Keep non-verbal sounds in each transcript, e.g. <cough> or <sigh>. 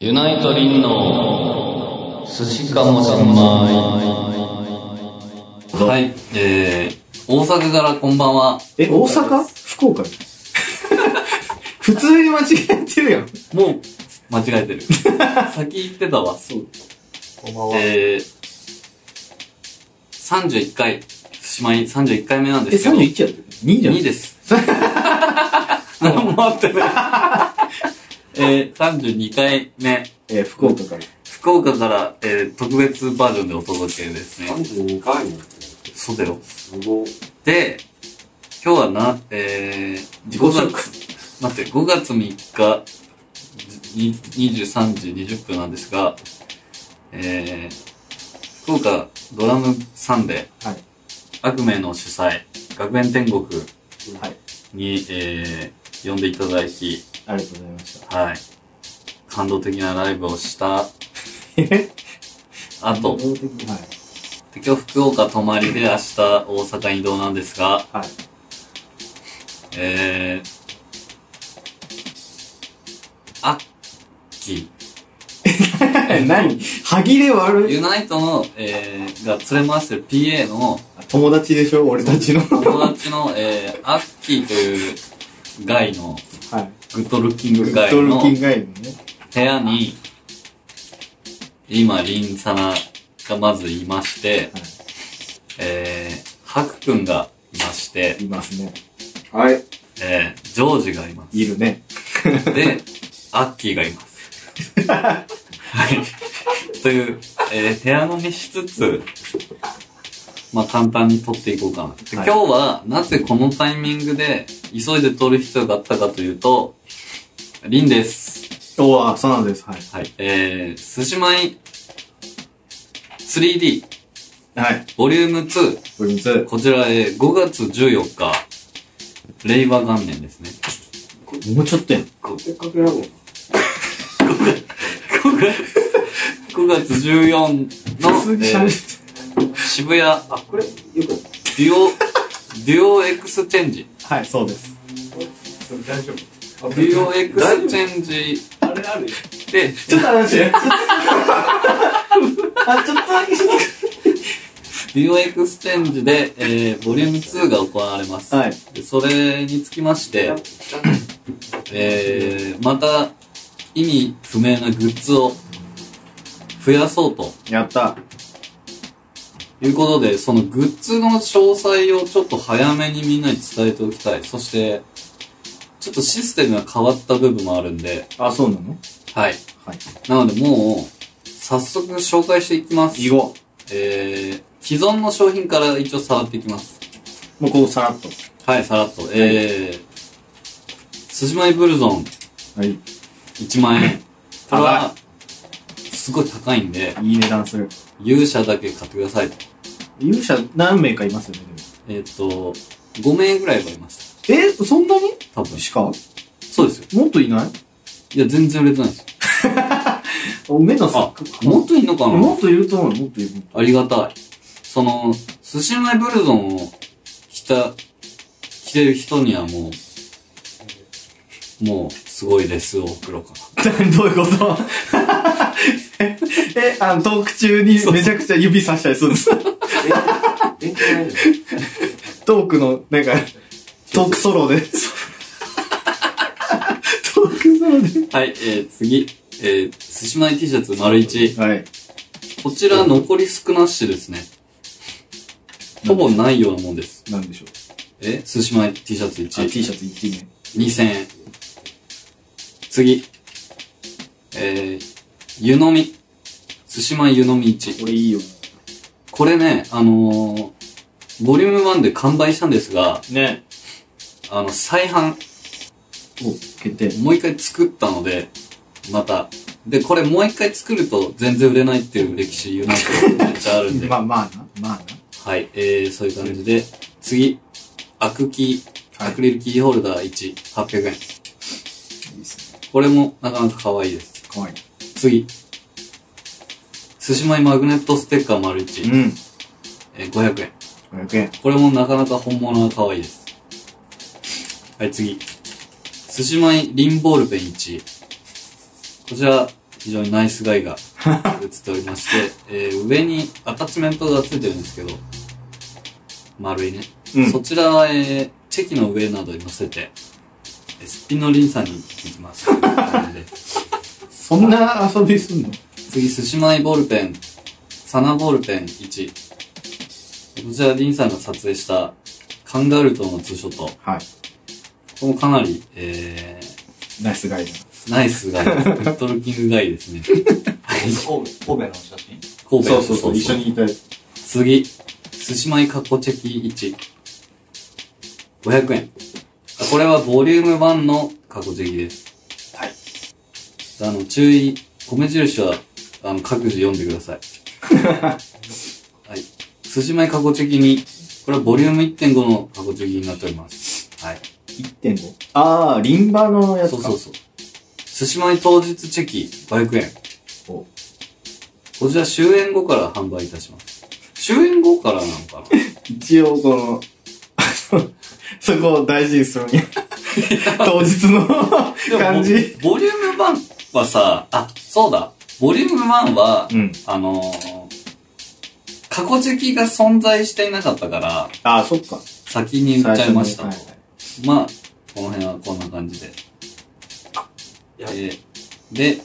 ユナイトリンの寿司かもしんまい。はい、えー、大阪からこんばんは。え、大阪福岡 <laughs> 普通に間違えてるやん。もう、間違え <laughs> てる。先行ってたわ。そう。こんばんえ、えー、31回、寿司まい31回目なんですけど。 31やってる ?2 じゃん。 2です。 <laughs> 何もあってない。えー、32回目。えー福岡から。福岡から、えー、特別バージョンでお届けですね。 32回もそうだよ。すごい。で、今日はな、えー、自己紹介月、待って、5月3日、に23時20分なんですが、えー、福岡ドラムサンデー、はい悪名の主催、学園天国はい。に、えー、呼んでいただき、ありがとうございました。はい、感動的なライブをしたえあと、動的にはい。で今日福岡泊まりで明日大阪移動なんですが、はい。えー、アッキえ、何歯切れー、悪い。ユナイトの、えー、が連れ回してる PA の友達でしょ俺たちの。は友達の、えー、アッキーというガイの、い。グッドルッキンググガッイドルのキン部ガイのね。屋に、今、リンサナがまずいまして、はい。えー、ハクくんがいまして、いますね。はい。えー、ジョージがいます。いるね。で、アッキーがいます。はい。という、えー、部屋飲みしつつ、まあ簡単に撮っていこうかな。ではい今日は、なぜこのタイミングで、急いで撮る必要があったかというと、リンです。おー、あそうなんです。はい。はい。えー、すしまい 3D、はい。ボリューム2。これ3こちら、えー、5月14日、令和元年です <laughs> ね。つ。もうちょっとやん。せっかくやもん。 5月、5月14の、普通にえ喋ーっ渋谷、あ、これ、よくないデュオ、デュオエクスチェンジ。て。はい、そうです。大丈夫。デュオエクスチェェンジあれあるで、ちょっと話して。 <laughs> あ、ちょっとだけして。デュオエクスチェンジで、えー、ボリューム2が行われます。はい。でそれにつきまして、えー、また意味不明なグッズを増やそうとやった。いうことで、そのグッズの詳細をちょっと早めにみんなに伝えておきたい。そして、ちょっとシステムが変わった部分もあるんで、あ、そうなのはい。はい。なのでもう、早速紹介していきます。以後、えー、既存の商品から一応さらっていきます。もうこうさらっと。はい、さらっと。えー、すじまいブルゾンはい。 1万 <laughs> 円。これ高は、すごい高いんで、いい値段する。勇者だけ買ってくださいと。勇者何名かいますよね、えっ、と、5名ぐらいはいましでも。え、そんなにた。多分。しかそうですよ。もっといないいや、全然売れてないですよ。お、目のあさ、、もっといいのかなもっといると思うよもっといる。ありがたい。その、寿司マイブルゾンを着た、着てる人にはもう、もう、すごいですを送ろうかな。 <laughs> どういうことえ、あの、トーク中にめちゃくちゃ指さしたりするんです勉強ないの <laughs> トークの、なんか、 <laughs> トークソロで。トークソロで。はい、えー、次。えー、寿司マイ T シャツ丸一。はい。こちら残り少なしですね。ほぼないようなもんです。なんでしょう。え寿司マイ T シャツあ、 1。 T シャツ1ね。 2000円。次。えー、湯飲み。寿司マイ湯飲み1。これいいよ。これね、あのー、ボリューム1で完売したんですが、ね。あの、再販、お、決定。もう一回作ったので、また。で、これもう一回作ると全然売れないっていう歴史言うなんかめっちゃあるんで。 <laughs> まはあまあな、まあい、えー、そういう感じで、次、アクキー、はいアクリルキーホルダー1、800円。な。いいですね。これもなかなか可愛いです。かわいい。次、寿司米マグネットステッカー丸1、ん。えー500円。 500円。これもなかなか本物が可愛いです。はい、次。寿司米リンボールペン1。こちら、非常にナイスガ <laughs> イが映っておりまして、えー上にアタッチメントがついてるんですけど、丸いね。うんそちらは、えーチェキの上などに乗せて、えーすっぴんのリンさんに行き <laughs> ます。でそんな遊びすんの次、すしまいボールペン、サナボールペン1。こちら、リンさんが撮影したカンガルーとのツーショット。はい。これもかなり、えー、ナイスガイナイ <laughs> スガイ、グッドルッキングガイですね。神戸神戸の写真神戸そうそうそう、一緒にいたやつ。次、すしまいかっこチェキ1。500円。あこれはボリューム1のかっこチェキです。はい。あの、注意、米印は、あの、各自読んでください。はい。すしまいかっこチェキ2。これはボリューム1.5のかっこチェキになっております。はい。 1.5。あー、リンバのやつか。そうそうそう。すしまい当日チェキ500円。おこちら終演後から販売いたします。終演後からなのかな一応、この、 <laughs> そこを大事にする <laughs> には当日の感じ。ボボリューム1はさ、あ、そうだ。ボリューム1は、うん。あのー、過去時期が存在していなかったから、あー、そっか。先に言っちゃいました。最初にはいまあ、この辺はこんな感じで。えやーで、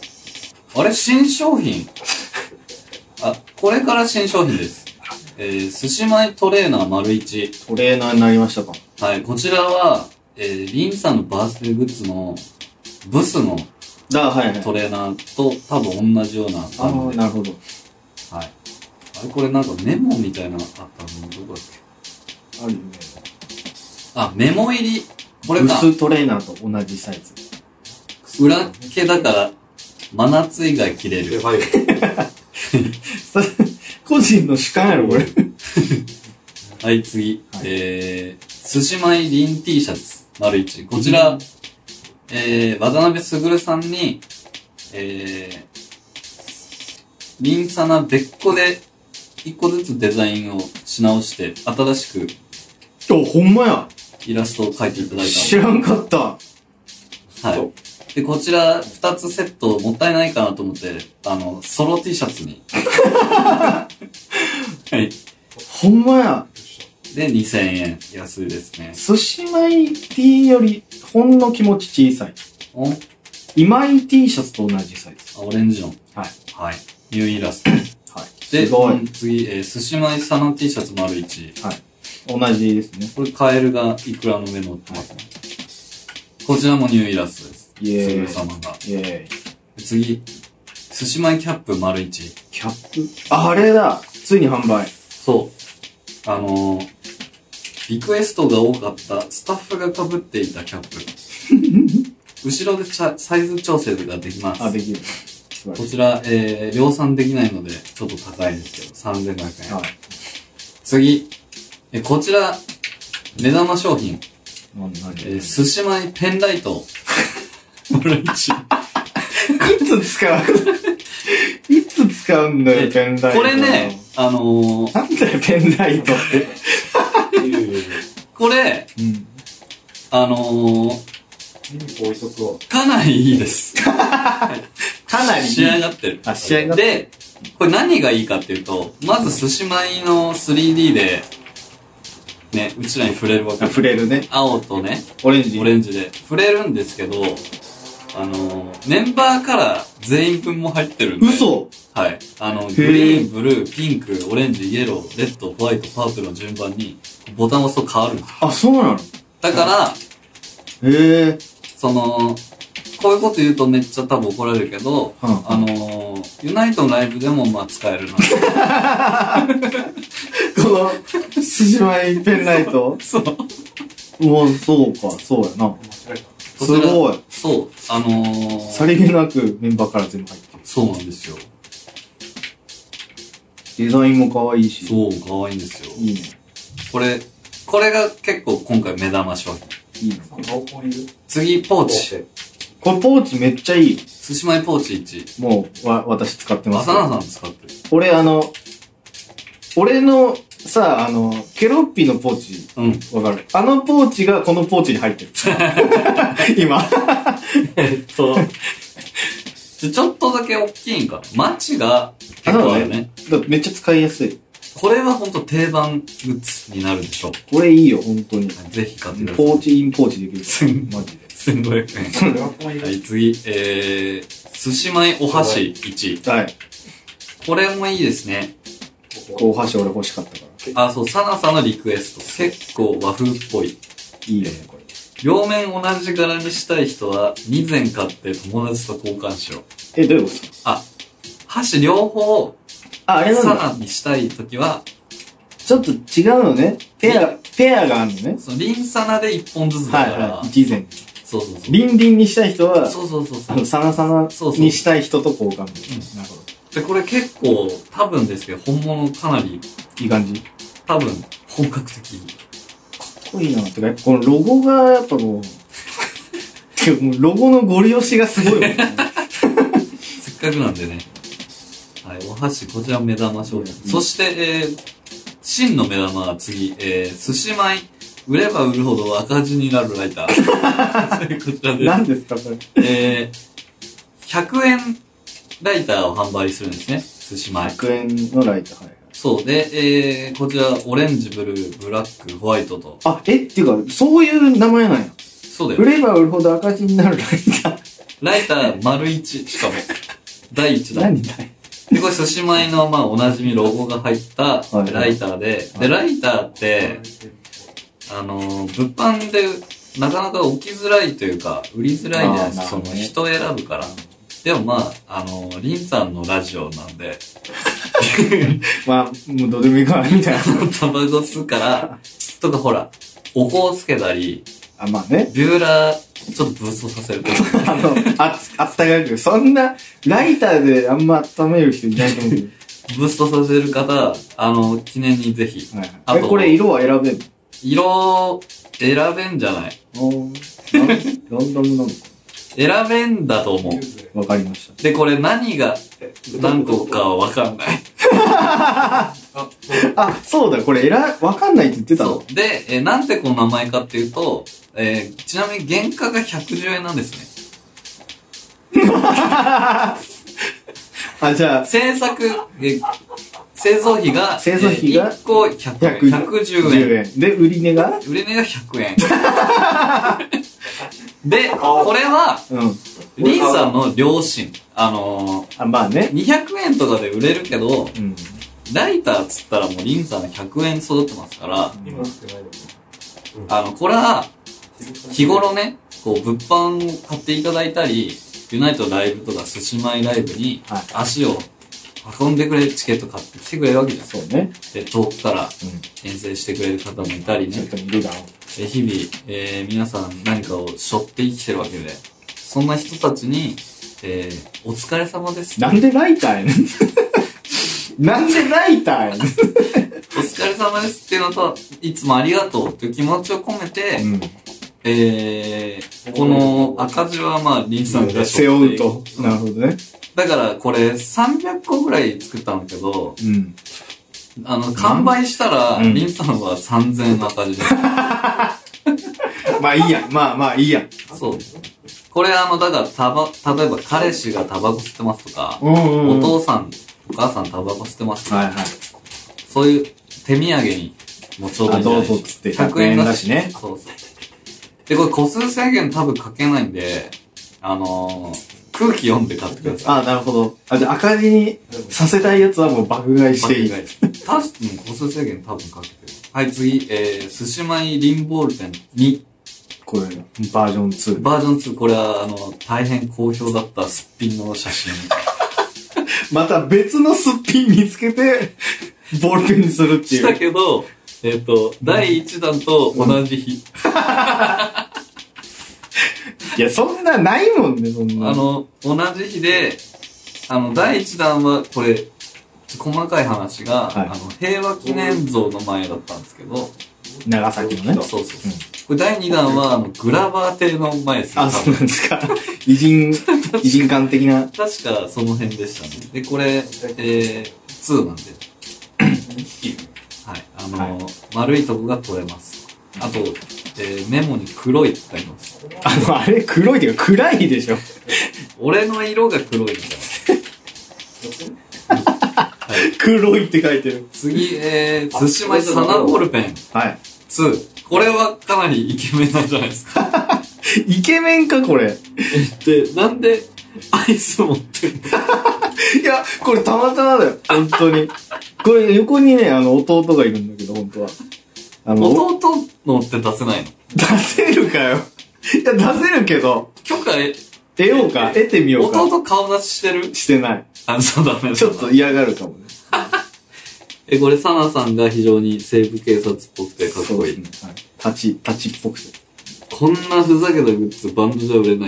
あれ新商品あ、これから新商品です。えー、寿司米トレーナー丸一。トレーナーになりましたか。はい、こちらは、えー、リンさんのバースデーグッズの、ブスのだ、はいはい。トレーナーと多分同じようなあ感ー、じで。なるほど。はい。あれこれなんかメモみたいなのあったのどこだっけあるよね。あ、メモ入り。これか。薄トレーナーと同じサイズ。裏毛だから、真夏以外着れる。やばいよ。さ <laughs> 個人の主観やろ、これ。はい、次。はいえー、寿司米リン T シャツ、丸一。こちら、えー、渡辺卓さんに、えー、リンサナ別個で、一個ずつデザインをし直して、新しくお、ほんまや。イラストを描いていただいた知らんかった。はい。で、こちら、二つセット、もったいないかなと思って、あの、ソロ T シャツ <laughs> に。はい。ほんまや。で、2000円。安いですね。寿司米 T よりほんの気持ち小さい。おあ、今井 T シャツと同じサイズ。オレンジの。はい。はい。ニューイラスト。はい。で、すごいうん次、えー、寿司米さの T シャツ丸1。同じですね。これ、カエルがイクラの上乗ってますね。こちらもニューイラストです。イエーイすぐる様が。イェーイ。で次、寿司米キャップ丸1。キャップ。あれだ。ついに販売。そう。あのー、リクエストが多かったスタッフが被っていたキャッ <laughs> プ。後ろでちゃサイズ調整ができます。あ、できる。素晴こらしちら、えー、量産できないので、ちょっと高いですけど、3500い。円。はい。次、えこちら、目玉商品、なになにえー、寿司米ペンライ <laughs> ト。丸一いつ使ういつ使うんだよ、 <laughs> ペンライト。これね、、あのー、なんだよ、ペンライトって。いるいるいる。これ、うん。あのー、耳置いとくわ。かなりいいです。かなりいい。仕上がってる。あ、仕上がって。で、これ何がいいかっていうと、まず寿司米の 3D で、ね、うちらに触れるわけ。触れるね。青とね、オレンジ。オレンジで触れるんですけど、あの、メンバーカラー全員分も入ってるんで。嘘はい。あの、グリーン、ブルー、ピンク、オレンジ、イエロー、レッド、ホワイト、パープルの順番にボタンを押すと変わるんですよあ、そうなのだから、へえ。その、こういうこと言うとめっちゃ多分怒られるけど、うんうんあのー、ユナイトのライブでもまあ使える <laughs> な。この、 <laughs> すじまいペンライトそう。もう、そうか、そうやな。間違えた。すごい。そう、あのさー、りげなくメンバーから全部入ってる。そうなんですよ。デザインも可愛いし。そう、可愛いんですよ。いいね。これ、これが結構今回目玉商品。いいね。濃厚にいる次、ポーポチ。ーこれポーチめっちゃいい。寿司米ポーチ1。もう、わ、私使ってます浅。野さん使ってる。俺、あの、俺の、さ、あの、ケロッピのポーチ、うん。わかるあのポーチがこの <laughs> ポーチに入ってる。今。えっと、ちょちょっとだけ大きいんかな。マチが結構あるね。だってめっちゃ使いやすい。これはほんと定番グッズになるでしょう。これいいよ、本当に。ぜひ買ってください。ポーチインポーチできる。すんマジで。 1500円。それは困りまはすい、次、えー、寿司米お箸1。はい。これもいいですね。ここお箸俺欲しかったから。あ、そう、サナさんのリクエスト。結構和風っぽい。いいよね、これ。両面同じ柄にしたい人は2膳買って友達と交換しろ。え、どういうこと箸両方あ、あれなんサだ。ナにしたいときは、ちょっと違うのね。ペア、ペアがあるのね。そのリンサナで1本ずつだはかいら、はい。一前。そうそうそう。リンリンにしたい人は、そうそうそうそあうの、。サナサナそうそうにしたい人と交換。んなるほど。で、これ結構、多分ですけど、本物かなり、いい感じ。か多分、本格的。っこいいな。てか、やっぱこのロゴが、やっぱ <laughs> こう、てかもうロゴのゴリ押しがすごいもんね。せっかくなんでね。はい、お箸、こちら目玉商品。うんそして、えー、真の目玉は次、えー、寿司米。売れば売るほど赤字になるライター。 <laughs> こちらです。 <laughs> 何ですか、これ。えー、100円ライターを販売するんですね。寿司米。 100円のライト、はいはい。そう。で、えー、こちら、オレンジ、ブルー、ブラック、ホワイトと。あ、えっていうか、そういう名前なんや。そうだよ売。れば売るほど赤字になるライター。ライター丸一、しかも。第一弾。何だいで、これ、寿司米の、まあ、おなじみロゴが入ったはいライターで、はで、いライターって、あのー、物販で、なかなか置きづらいというか、売りづらいじゃないですか、あーそのなるほどね人選ぶから。でもまあ、あのー、リンさんのラジオなんで、 <laughs> まあ、もうどうでもいいかな、みたいな。タバコ吸うから、とかほら、お香をつけたり、あ、まあ <laughs> ね。ビューラー、ちょっとブーストさせるとか。 <laughs> あの、あつ、あったかく。そんな、ライターであんま温める人いないと思うけブーストさせる方、あの、記念にぜひ。ど。はいあはい、とえ、これ色は選べん色、選べんじゃないのラン <laughs> ランダムなのか選べんだと思う。わかりました。で、これ何が何個かはわかんない。あ、あ、そうだ、これ選、わかんないって言ってたのそう。で、えーなんでこの名前かっていうと、えーちなみに原価が110円なんですね。あ、じゃあ、制作、えー製造費が、製造費えがー1個100円。110円。 10円。で、売り値が売れ値が100円。で、これは、うん。リンさんの両親。あのあ、まあー、ね。 200円とかで売れるけど、うん。ライターっつったらもうリンさんが100円育ってますから、今のってないのあの、これは、日頃ね、こう、物販を買っていただいたり、ユナイトライブとか、寿司米ライブにはい、足を運んでくれるチケット買ってきてくれるわけじゃん。そうね。で、遠くからうん。遠征してくれる方もいたりちょっね。といるだろう。で日々、えー、皆さん何かを背負って生きてるわけで、そんな人たちに、えー、お疲れ様です。なんでライターやねん。 <laughs> なんでライターやねお疲れ様ですっていうのと、いつもありがとうという気持ちを込めて、ん。えー、この赤字はまあ、リンさんが背負背負うとって。なるほどね。だからこれ300個ぐらい作ったんだけど、うん。あの、完売したら、うんリンさんは3000の赤字 <laughs> で。まあいいや。まあまあいいや。そう。これあの、だから、たば、例えば彼氏がタバコ吸ってますとか、うんおは父さん、お母さんタバコ吸ってますとか、いはい。そういう手土産にもちょうどいいんじゃないあどうぞっつって100円だしねそうそう。で、これ個数制限多分かけないんで、あのー、空気読んで買ってください。あなるほど。あ、じゃあ赤字にさせたいやつはもう爆買いしていい。確かに個数制限多分かけてる。はい、次、えー、寿司米リンボール店に、これ、バージョン2。バージョン2、これは、あの、大変好評だったすっぴんの写真。また別のすっぴん見つけて、 <laughs> ボールペンにするってしいたう。けど、えっ、と、第1弾と同じ日。いや、そんなないもんね、そんな。あ、の、同じ日で、あの、第1弾は、これ、ちょ細かい話が、はいあの、平和記念像の前だったんですけど、長崎のねそう。そうそう。うんこれ第2弾は、あの、グラバー邸の前ですよあ、そうなんですか。偉人、 <laughs> 偉人感的な。確かその辺でしたね。で、これ、えー、2なんで。はい。あのー丸いとこが取れます。あと、えーメモに黒いって書いてます。あの、あれ黒いっていうか暗いでしょ。俺の色が黒いんだ。黒いって書いてる。次、えー、寿司米サナボールペンはい。 2。これはかなりイケメンなんじゃないですか。イケメンか、これ。で、なんでアイス持ってるいや、これたまたまだよ。本当に。これ横にね、あの、弟がいるんだけど、本当は。あのの、弟のって出せないの出せるかよ。いや、出せるけど、許可え、得ようか、得てみようか。弟顔出ししてるしてない。あ、そうだね。ちょっと嫌がるかもね。え、これサナさんが非常に西部警察っぽくてかっこいい。そうですね。はい立ち、立ちっぽくて。こんなふざけたグッズバンドじゃ売れな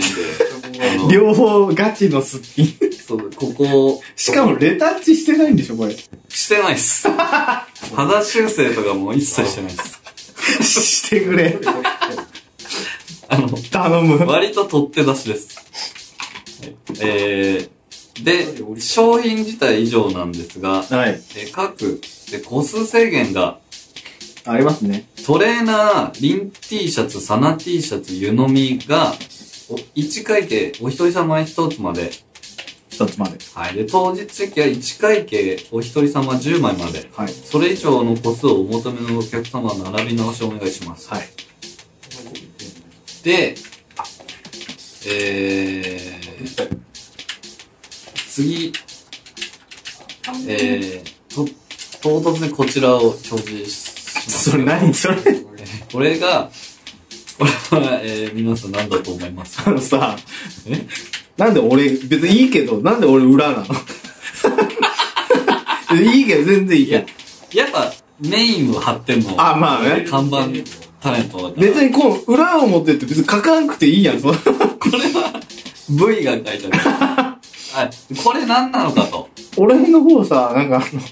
いんで。あの両方ガチのすっぴん。そう、ここ、しかもレタッチしてないんでしょ、これ。してないっす。肌修正とかも一切してないっす。してくれ。あの、頼む。割と取って出しです。えー、で、商品自体以上なんですが、はい。で各で個数制限が、ありますね。トレーナー、リン T シャツ、サナ T シャツ、湯飲みが、1会計、お一人様1つまで。一つまで。はい。で、当日席は1会計、お一人様10枚まで。はい。それ以上の個数をお求めのお客様は並び直しをお願いします。はい。で、えー、次、えー、と、唐突にこちらを表示します。それ何それえーこれが、これは、えー、皆さん何だと思いますあかのさ、えなんで俺、別にいいけど、なんで俺裏なの <laughs> いいけど、全然いいいけやど。、やっぱメインを張ってんの。あ、まあね。看板タレントだから。別にこう、裏を持ってって別に書かんくていいやん、 <laughs> そのこれは V が書いてあ <laughs> る。はい。これ何なのかと。俺の方さ、なんかあの、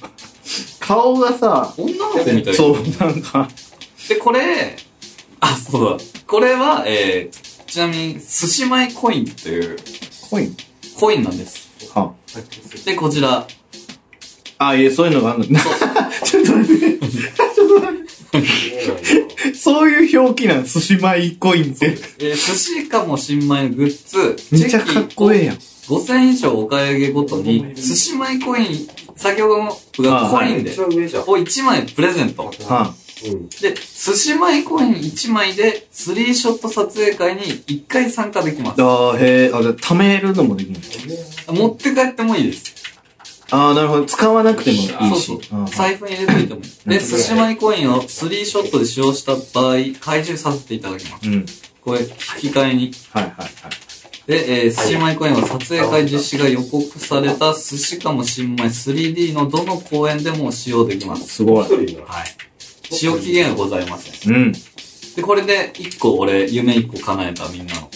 顔がさ、女の子みたいな。そう、なんか、で、これ、あ、そうだ。これは、えー、ちなみに、寿司米コインっていうコインコインなんです。はで、こちら。あ、いえ、そういうのがあるんだ。 <laughs> ちょっと待って。ちょっと待って。そういう表記なん、寿司米コインって。えー、寿司かも新米のグッズ、めっちゃかっこええやん。 5000円以上お買い上げごとに、寿司米コイン、先ほどのがコインで、一番上じゃん。を1枚プレゼント。はうん。で、寿司米コイン1枚で、スリーショット撮影会に1回参加できますあ。。あーへえ、あ、じゃあ貯めるのもできる。持って帰ってもいいです。ああ、なるほど。使わなくてもいいし。そうそううん。財布に入れといても。で、寿司米コインをスリーショットで使用した場合、回収させていただきます。うん。これ、引き換えに。はいはいはい。で、えー、寿司米コインは撮影会実施が予告された寿司かも新米 3D のどの公演でも使用できます。すごい。一人な。はい。使用期限はございません。うん。で、これで、一個俺、夢一個叶えたみんなの。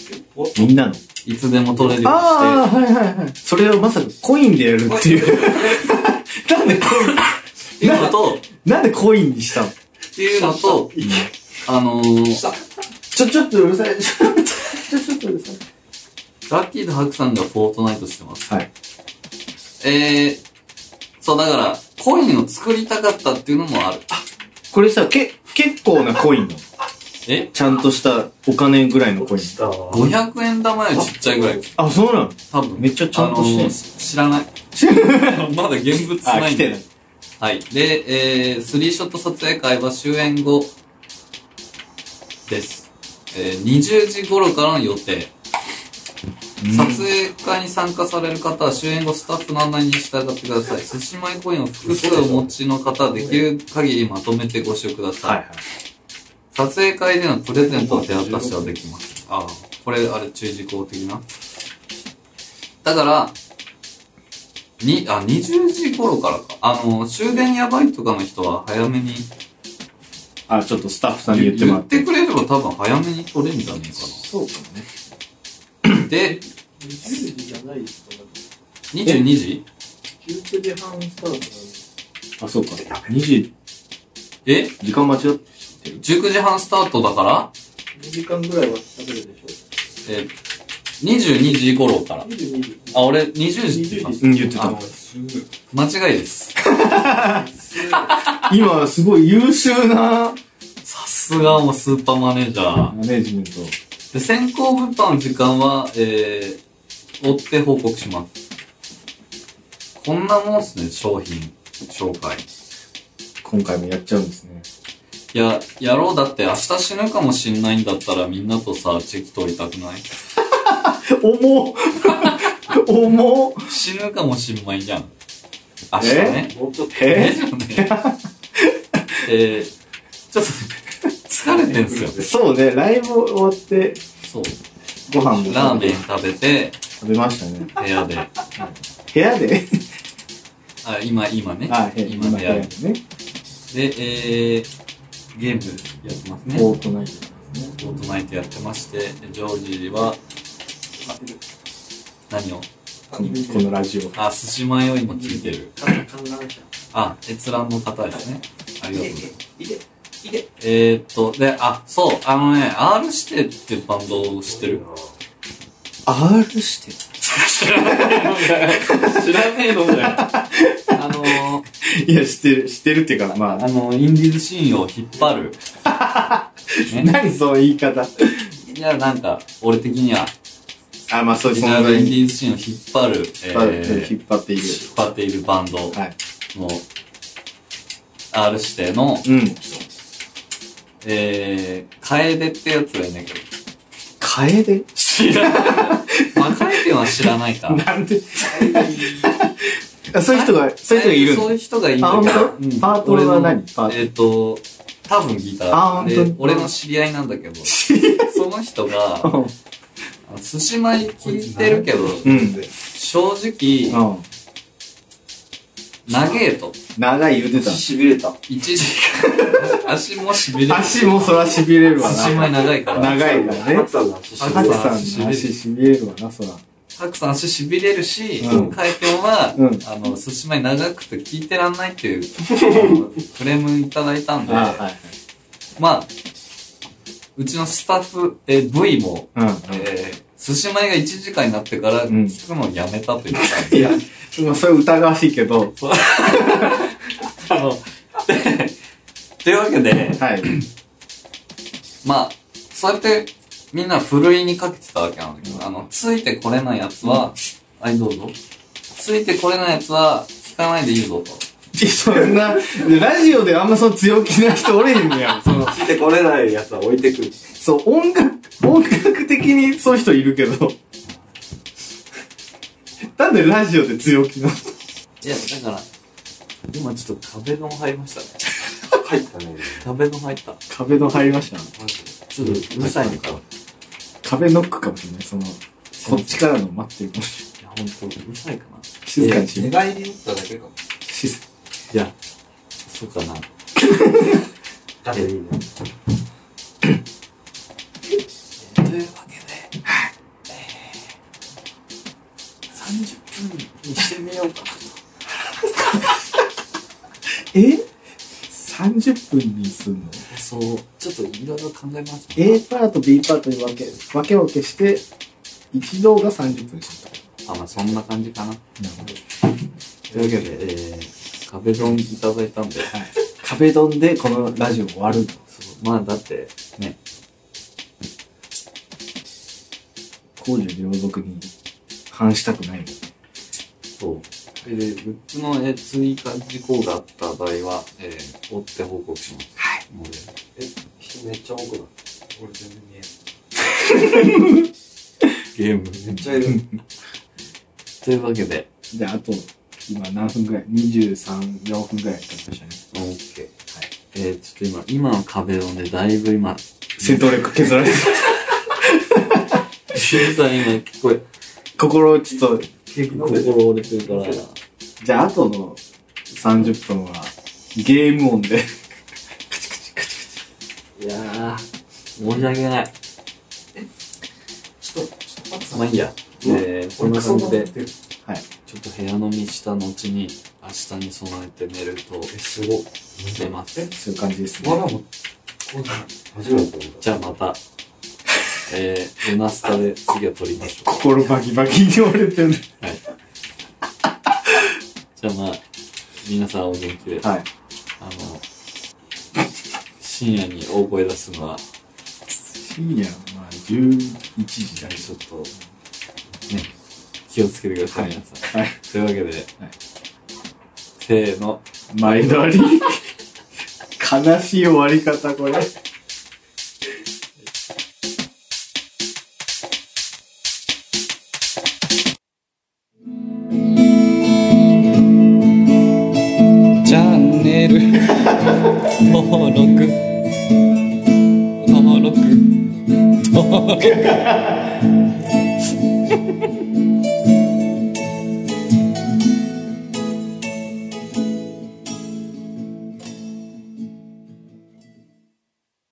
みんなの。いつでも撮れるようにして。ああ、はいはいはい。それをまさかコインでやるっていう。 <laughs> なんでコっていうのと、イン、なんでコインにしたのっていうの <laughs> と、あのー、ちょ、ちょっとうるさい。ちょ、ちょっとうるさい。ラッキーとハクさんがフォートナイトしてます。はい。えー、そうだから、コインを作りたかったっていうのもある。これさ、け、結構なコインの。えちゃんとしたお金ぐらいのコイン。下は。 ?500 円玉よりちっちゃいぐらい。あ、そうなの多分。めっちゃちゃんとしてんあのー知らない。 <laughs> まだ現物あ、ない来んだてない。はい。で、えー、スリーショット撮影会は終演後です。えー、20時頃からの予定。撮影会に参加される方は終演後スタッフの案内に従ってください。寿司米コインを複数お持ちの方はできる限りまとめてご使用ください。はいはい。撮影会でのプレゼントを手渡しはできます。ああ、これあれ注意事項的な。だから、に、あ、20時頃からか。あの、終電やばいとかの人は早めにあ、ちょっとスタッフさんに言ってもらって。くれれば多分早めに取れるんじゃねえかそうかもね。な。で、 10時じゃないですか。 22時9時半スタートなんで。あ、そうか。2時、え時間間違って。 ?19 時半スタートだから、 2時間ぐらいは食べるでしえ、22時頃からょ。。22時。あ、俺20時って言ったうん、言ってた。間違いです。今、すごい優秀な、さすすがもうスーパーマネージャー。マネージメント。で、先行物販の時間は、えー、追って報告します。こんなもんっすね、商品、紹介。今回もやっちゃうんですね。いや、やろうだって明日死ぬかもしんないんだったらみんなとさ、チェキ取りたくない <laughs> 重っ <laughs> 重っ死ぬかもしんないじゃん。明日ね。もうちょっと。ええじゃね。えー、ちょっと、疲れてん <laughs> すよ。そうね、ライブ終わって、そう。ご飯もラーメン食べて、食べましたね。部屋で。部屋で <laughs> あ、今、今ね。あ、部屋今、部屋ででね。。で、えー、ゲームやってますね。フォートナイト。フォートナイトやってまして、ジョージは、何をこのこのラジオ。あ、寿司前を今聞いてる。観覧車。あ、閲覧の方ですね。ありがとうございます。いで、いで。えー、っと、で、あ、そう、あのね、R 指定っていうバンドを知ってる R して知らない知らねえのだよ。あのー、いや、知ってる、知ってるっていうか、まああ、の、インディーズシーンを引っ張る。ね、何その言い方。いや、なんか、俺的には、あ、まあ、そういうギ存ターが在インデにィーズシーンを引っ張る、引っ張えーる引っ張っている。引っ張っているバンドはい。の、R 指定の、うん。えー、カエデってやつがいない <laughs> けど。カエデ知らない。まあ、カエデは知らないか。なん <laughs> であそういう人が、 <laughs> そういう人がいるんそういう人がいるんあ、だ本けど当？うんパートは何パ俺のーえっ、と、多分ギター。あ本当でに、俺の知り合いなんだ <laughs> けど、その人が、あト。の寿司米聞いてるけど、うん。正直、うん。長えと。長い言うてた。しびれた。一時 <laughs> 足もしびれる。足もそらしびれるわ寿司米な。長いから。長いからね。さんが寿あハチさんの足しびれるわな、そら。たくさん足しびれるし、うん海君は、うんあの、寿司米長くて聞いてらんないって <laughs> いう、あのクレームいただいたんで、はい。まあ、うちのスタッフ、えー、V も、うん。えー、寿司前が1時間になってからうん聞くのをやめたと言っいや、まあ、それ疑わしいけど。た。 <laughs> あの、 <laughs> でというわけで、はい。まあ、そうやってみんなふるいにかけてたわけなんだけど、あの、ついてこれないやつは、はい、どうぞ。ついてこれないやつは、聞かないでいいぞと。そんな、ラジオであんまその強気な人おれへんねやん。その、ついてこれないやつは置いてくる。そう、音楽、音楽的にそういう人いるけど。なんでラジオで強気なのいや、だから、今ちょっと壁ドン入りま <laughs> したね。入ったね。壁ドン入った。壁の入りましたちょっとうるさいのかな。い壁ノックかもしれない。その、こっちからの待ってるかもしれや、ほんと、うるさいかな。ない。静かにし寝よう返り打っただけかも。静かいや、そうかな。だっていいね。というわけで、えー、30分にしてみようかえ ?30 分にすんのな。そう、ちょっといろいろ考えます。 ?A パート、B パートに分け、分け分けして、一度が30分にした。あ、まあそんな感じかな。なるほど。というわけで、えー、壁ドンいただいたんで、はい。壁ドンでこのラジオ終わると。そうまあだって、ね、公序良俗に反したくないもん。そう。それで、グッズの、えー追加事項があった場合は、えー、追って報告します。はい。もうね人めっちゃ多くなった。俺全然見えゲーム。ない。めっちゃいる。というわけで、で、あと、今何分ぐらい ?23、4分ぐらい経ちましたね。オッケー。はい。えー、ちょっと今、今の壁ドンでだいぶ今、戦闘力削 <laughs> られて。シュさん今聞こえ、心、ちょっと、結構心折れてる <laughs> から。じゃあ、あとの30分は、ゲーム音で。いやー、申し訳ない。ちょっと、ちょっと待ってまあいいや。えー、そんな感じで、ちょえ、 <laughs> はっい。と部屋飲みした後に、明日に備えて寝るとすごい。寝ます。そういう感じですまねだ。も、こんな、初めて見じゃあまた、えー、ルナスタで次は撮りましょ心バキバキに折れてる。う。はい。じゃあまあ、皆さんお元気で、あはい。の、深夜に大声出すのは、深夜、まあ、11時だけちょっと、ね、気をつけてください、皆さん。ど。はい。というわけで、せーの、前撮り。 <laughs> 悲しい終わり方、これ。チャンネ <laughs> ル登録登録登録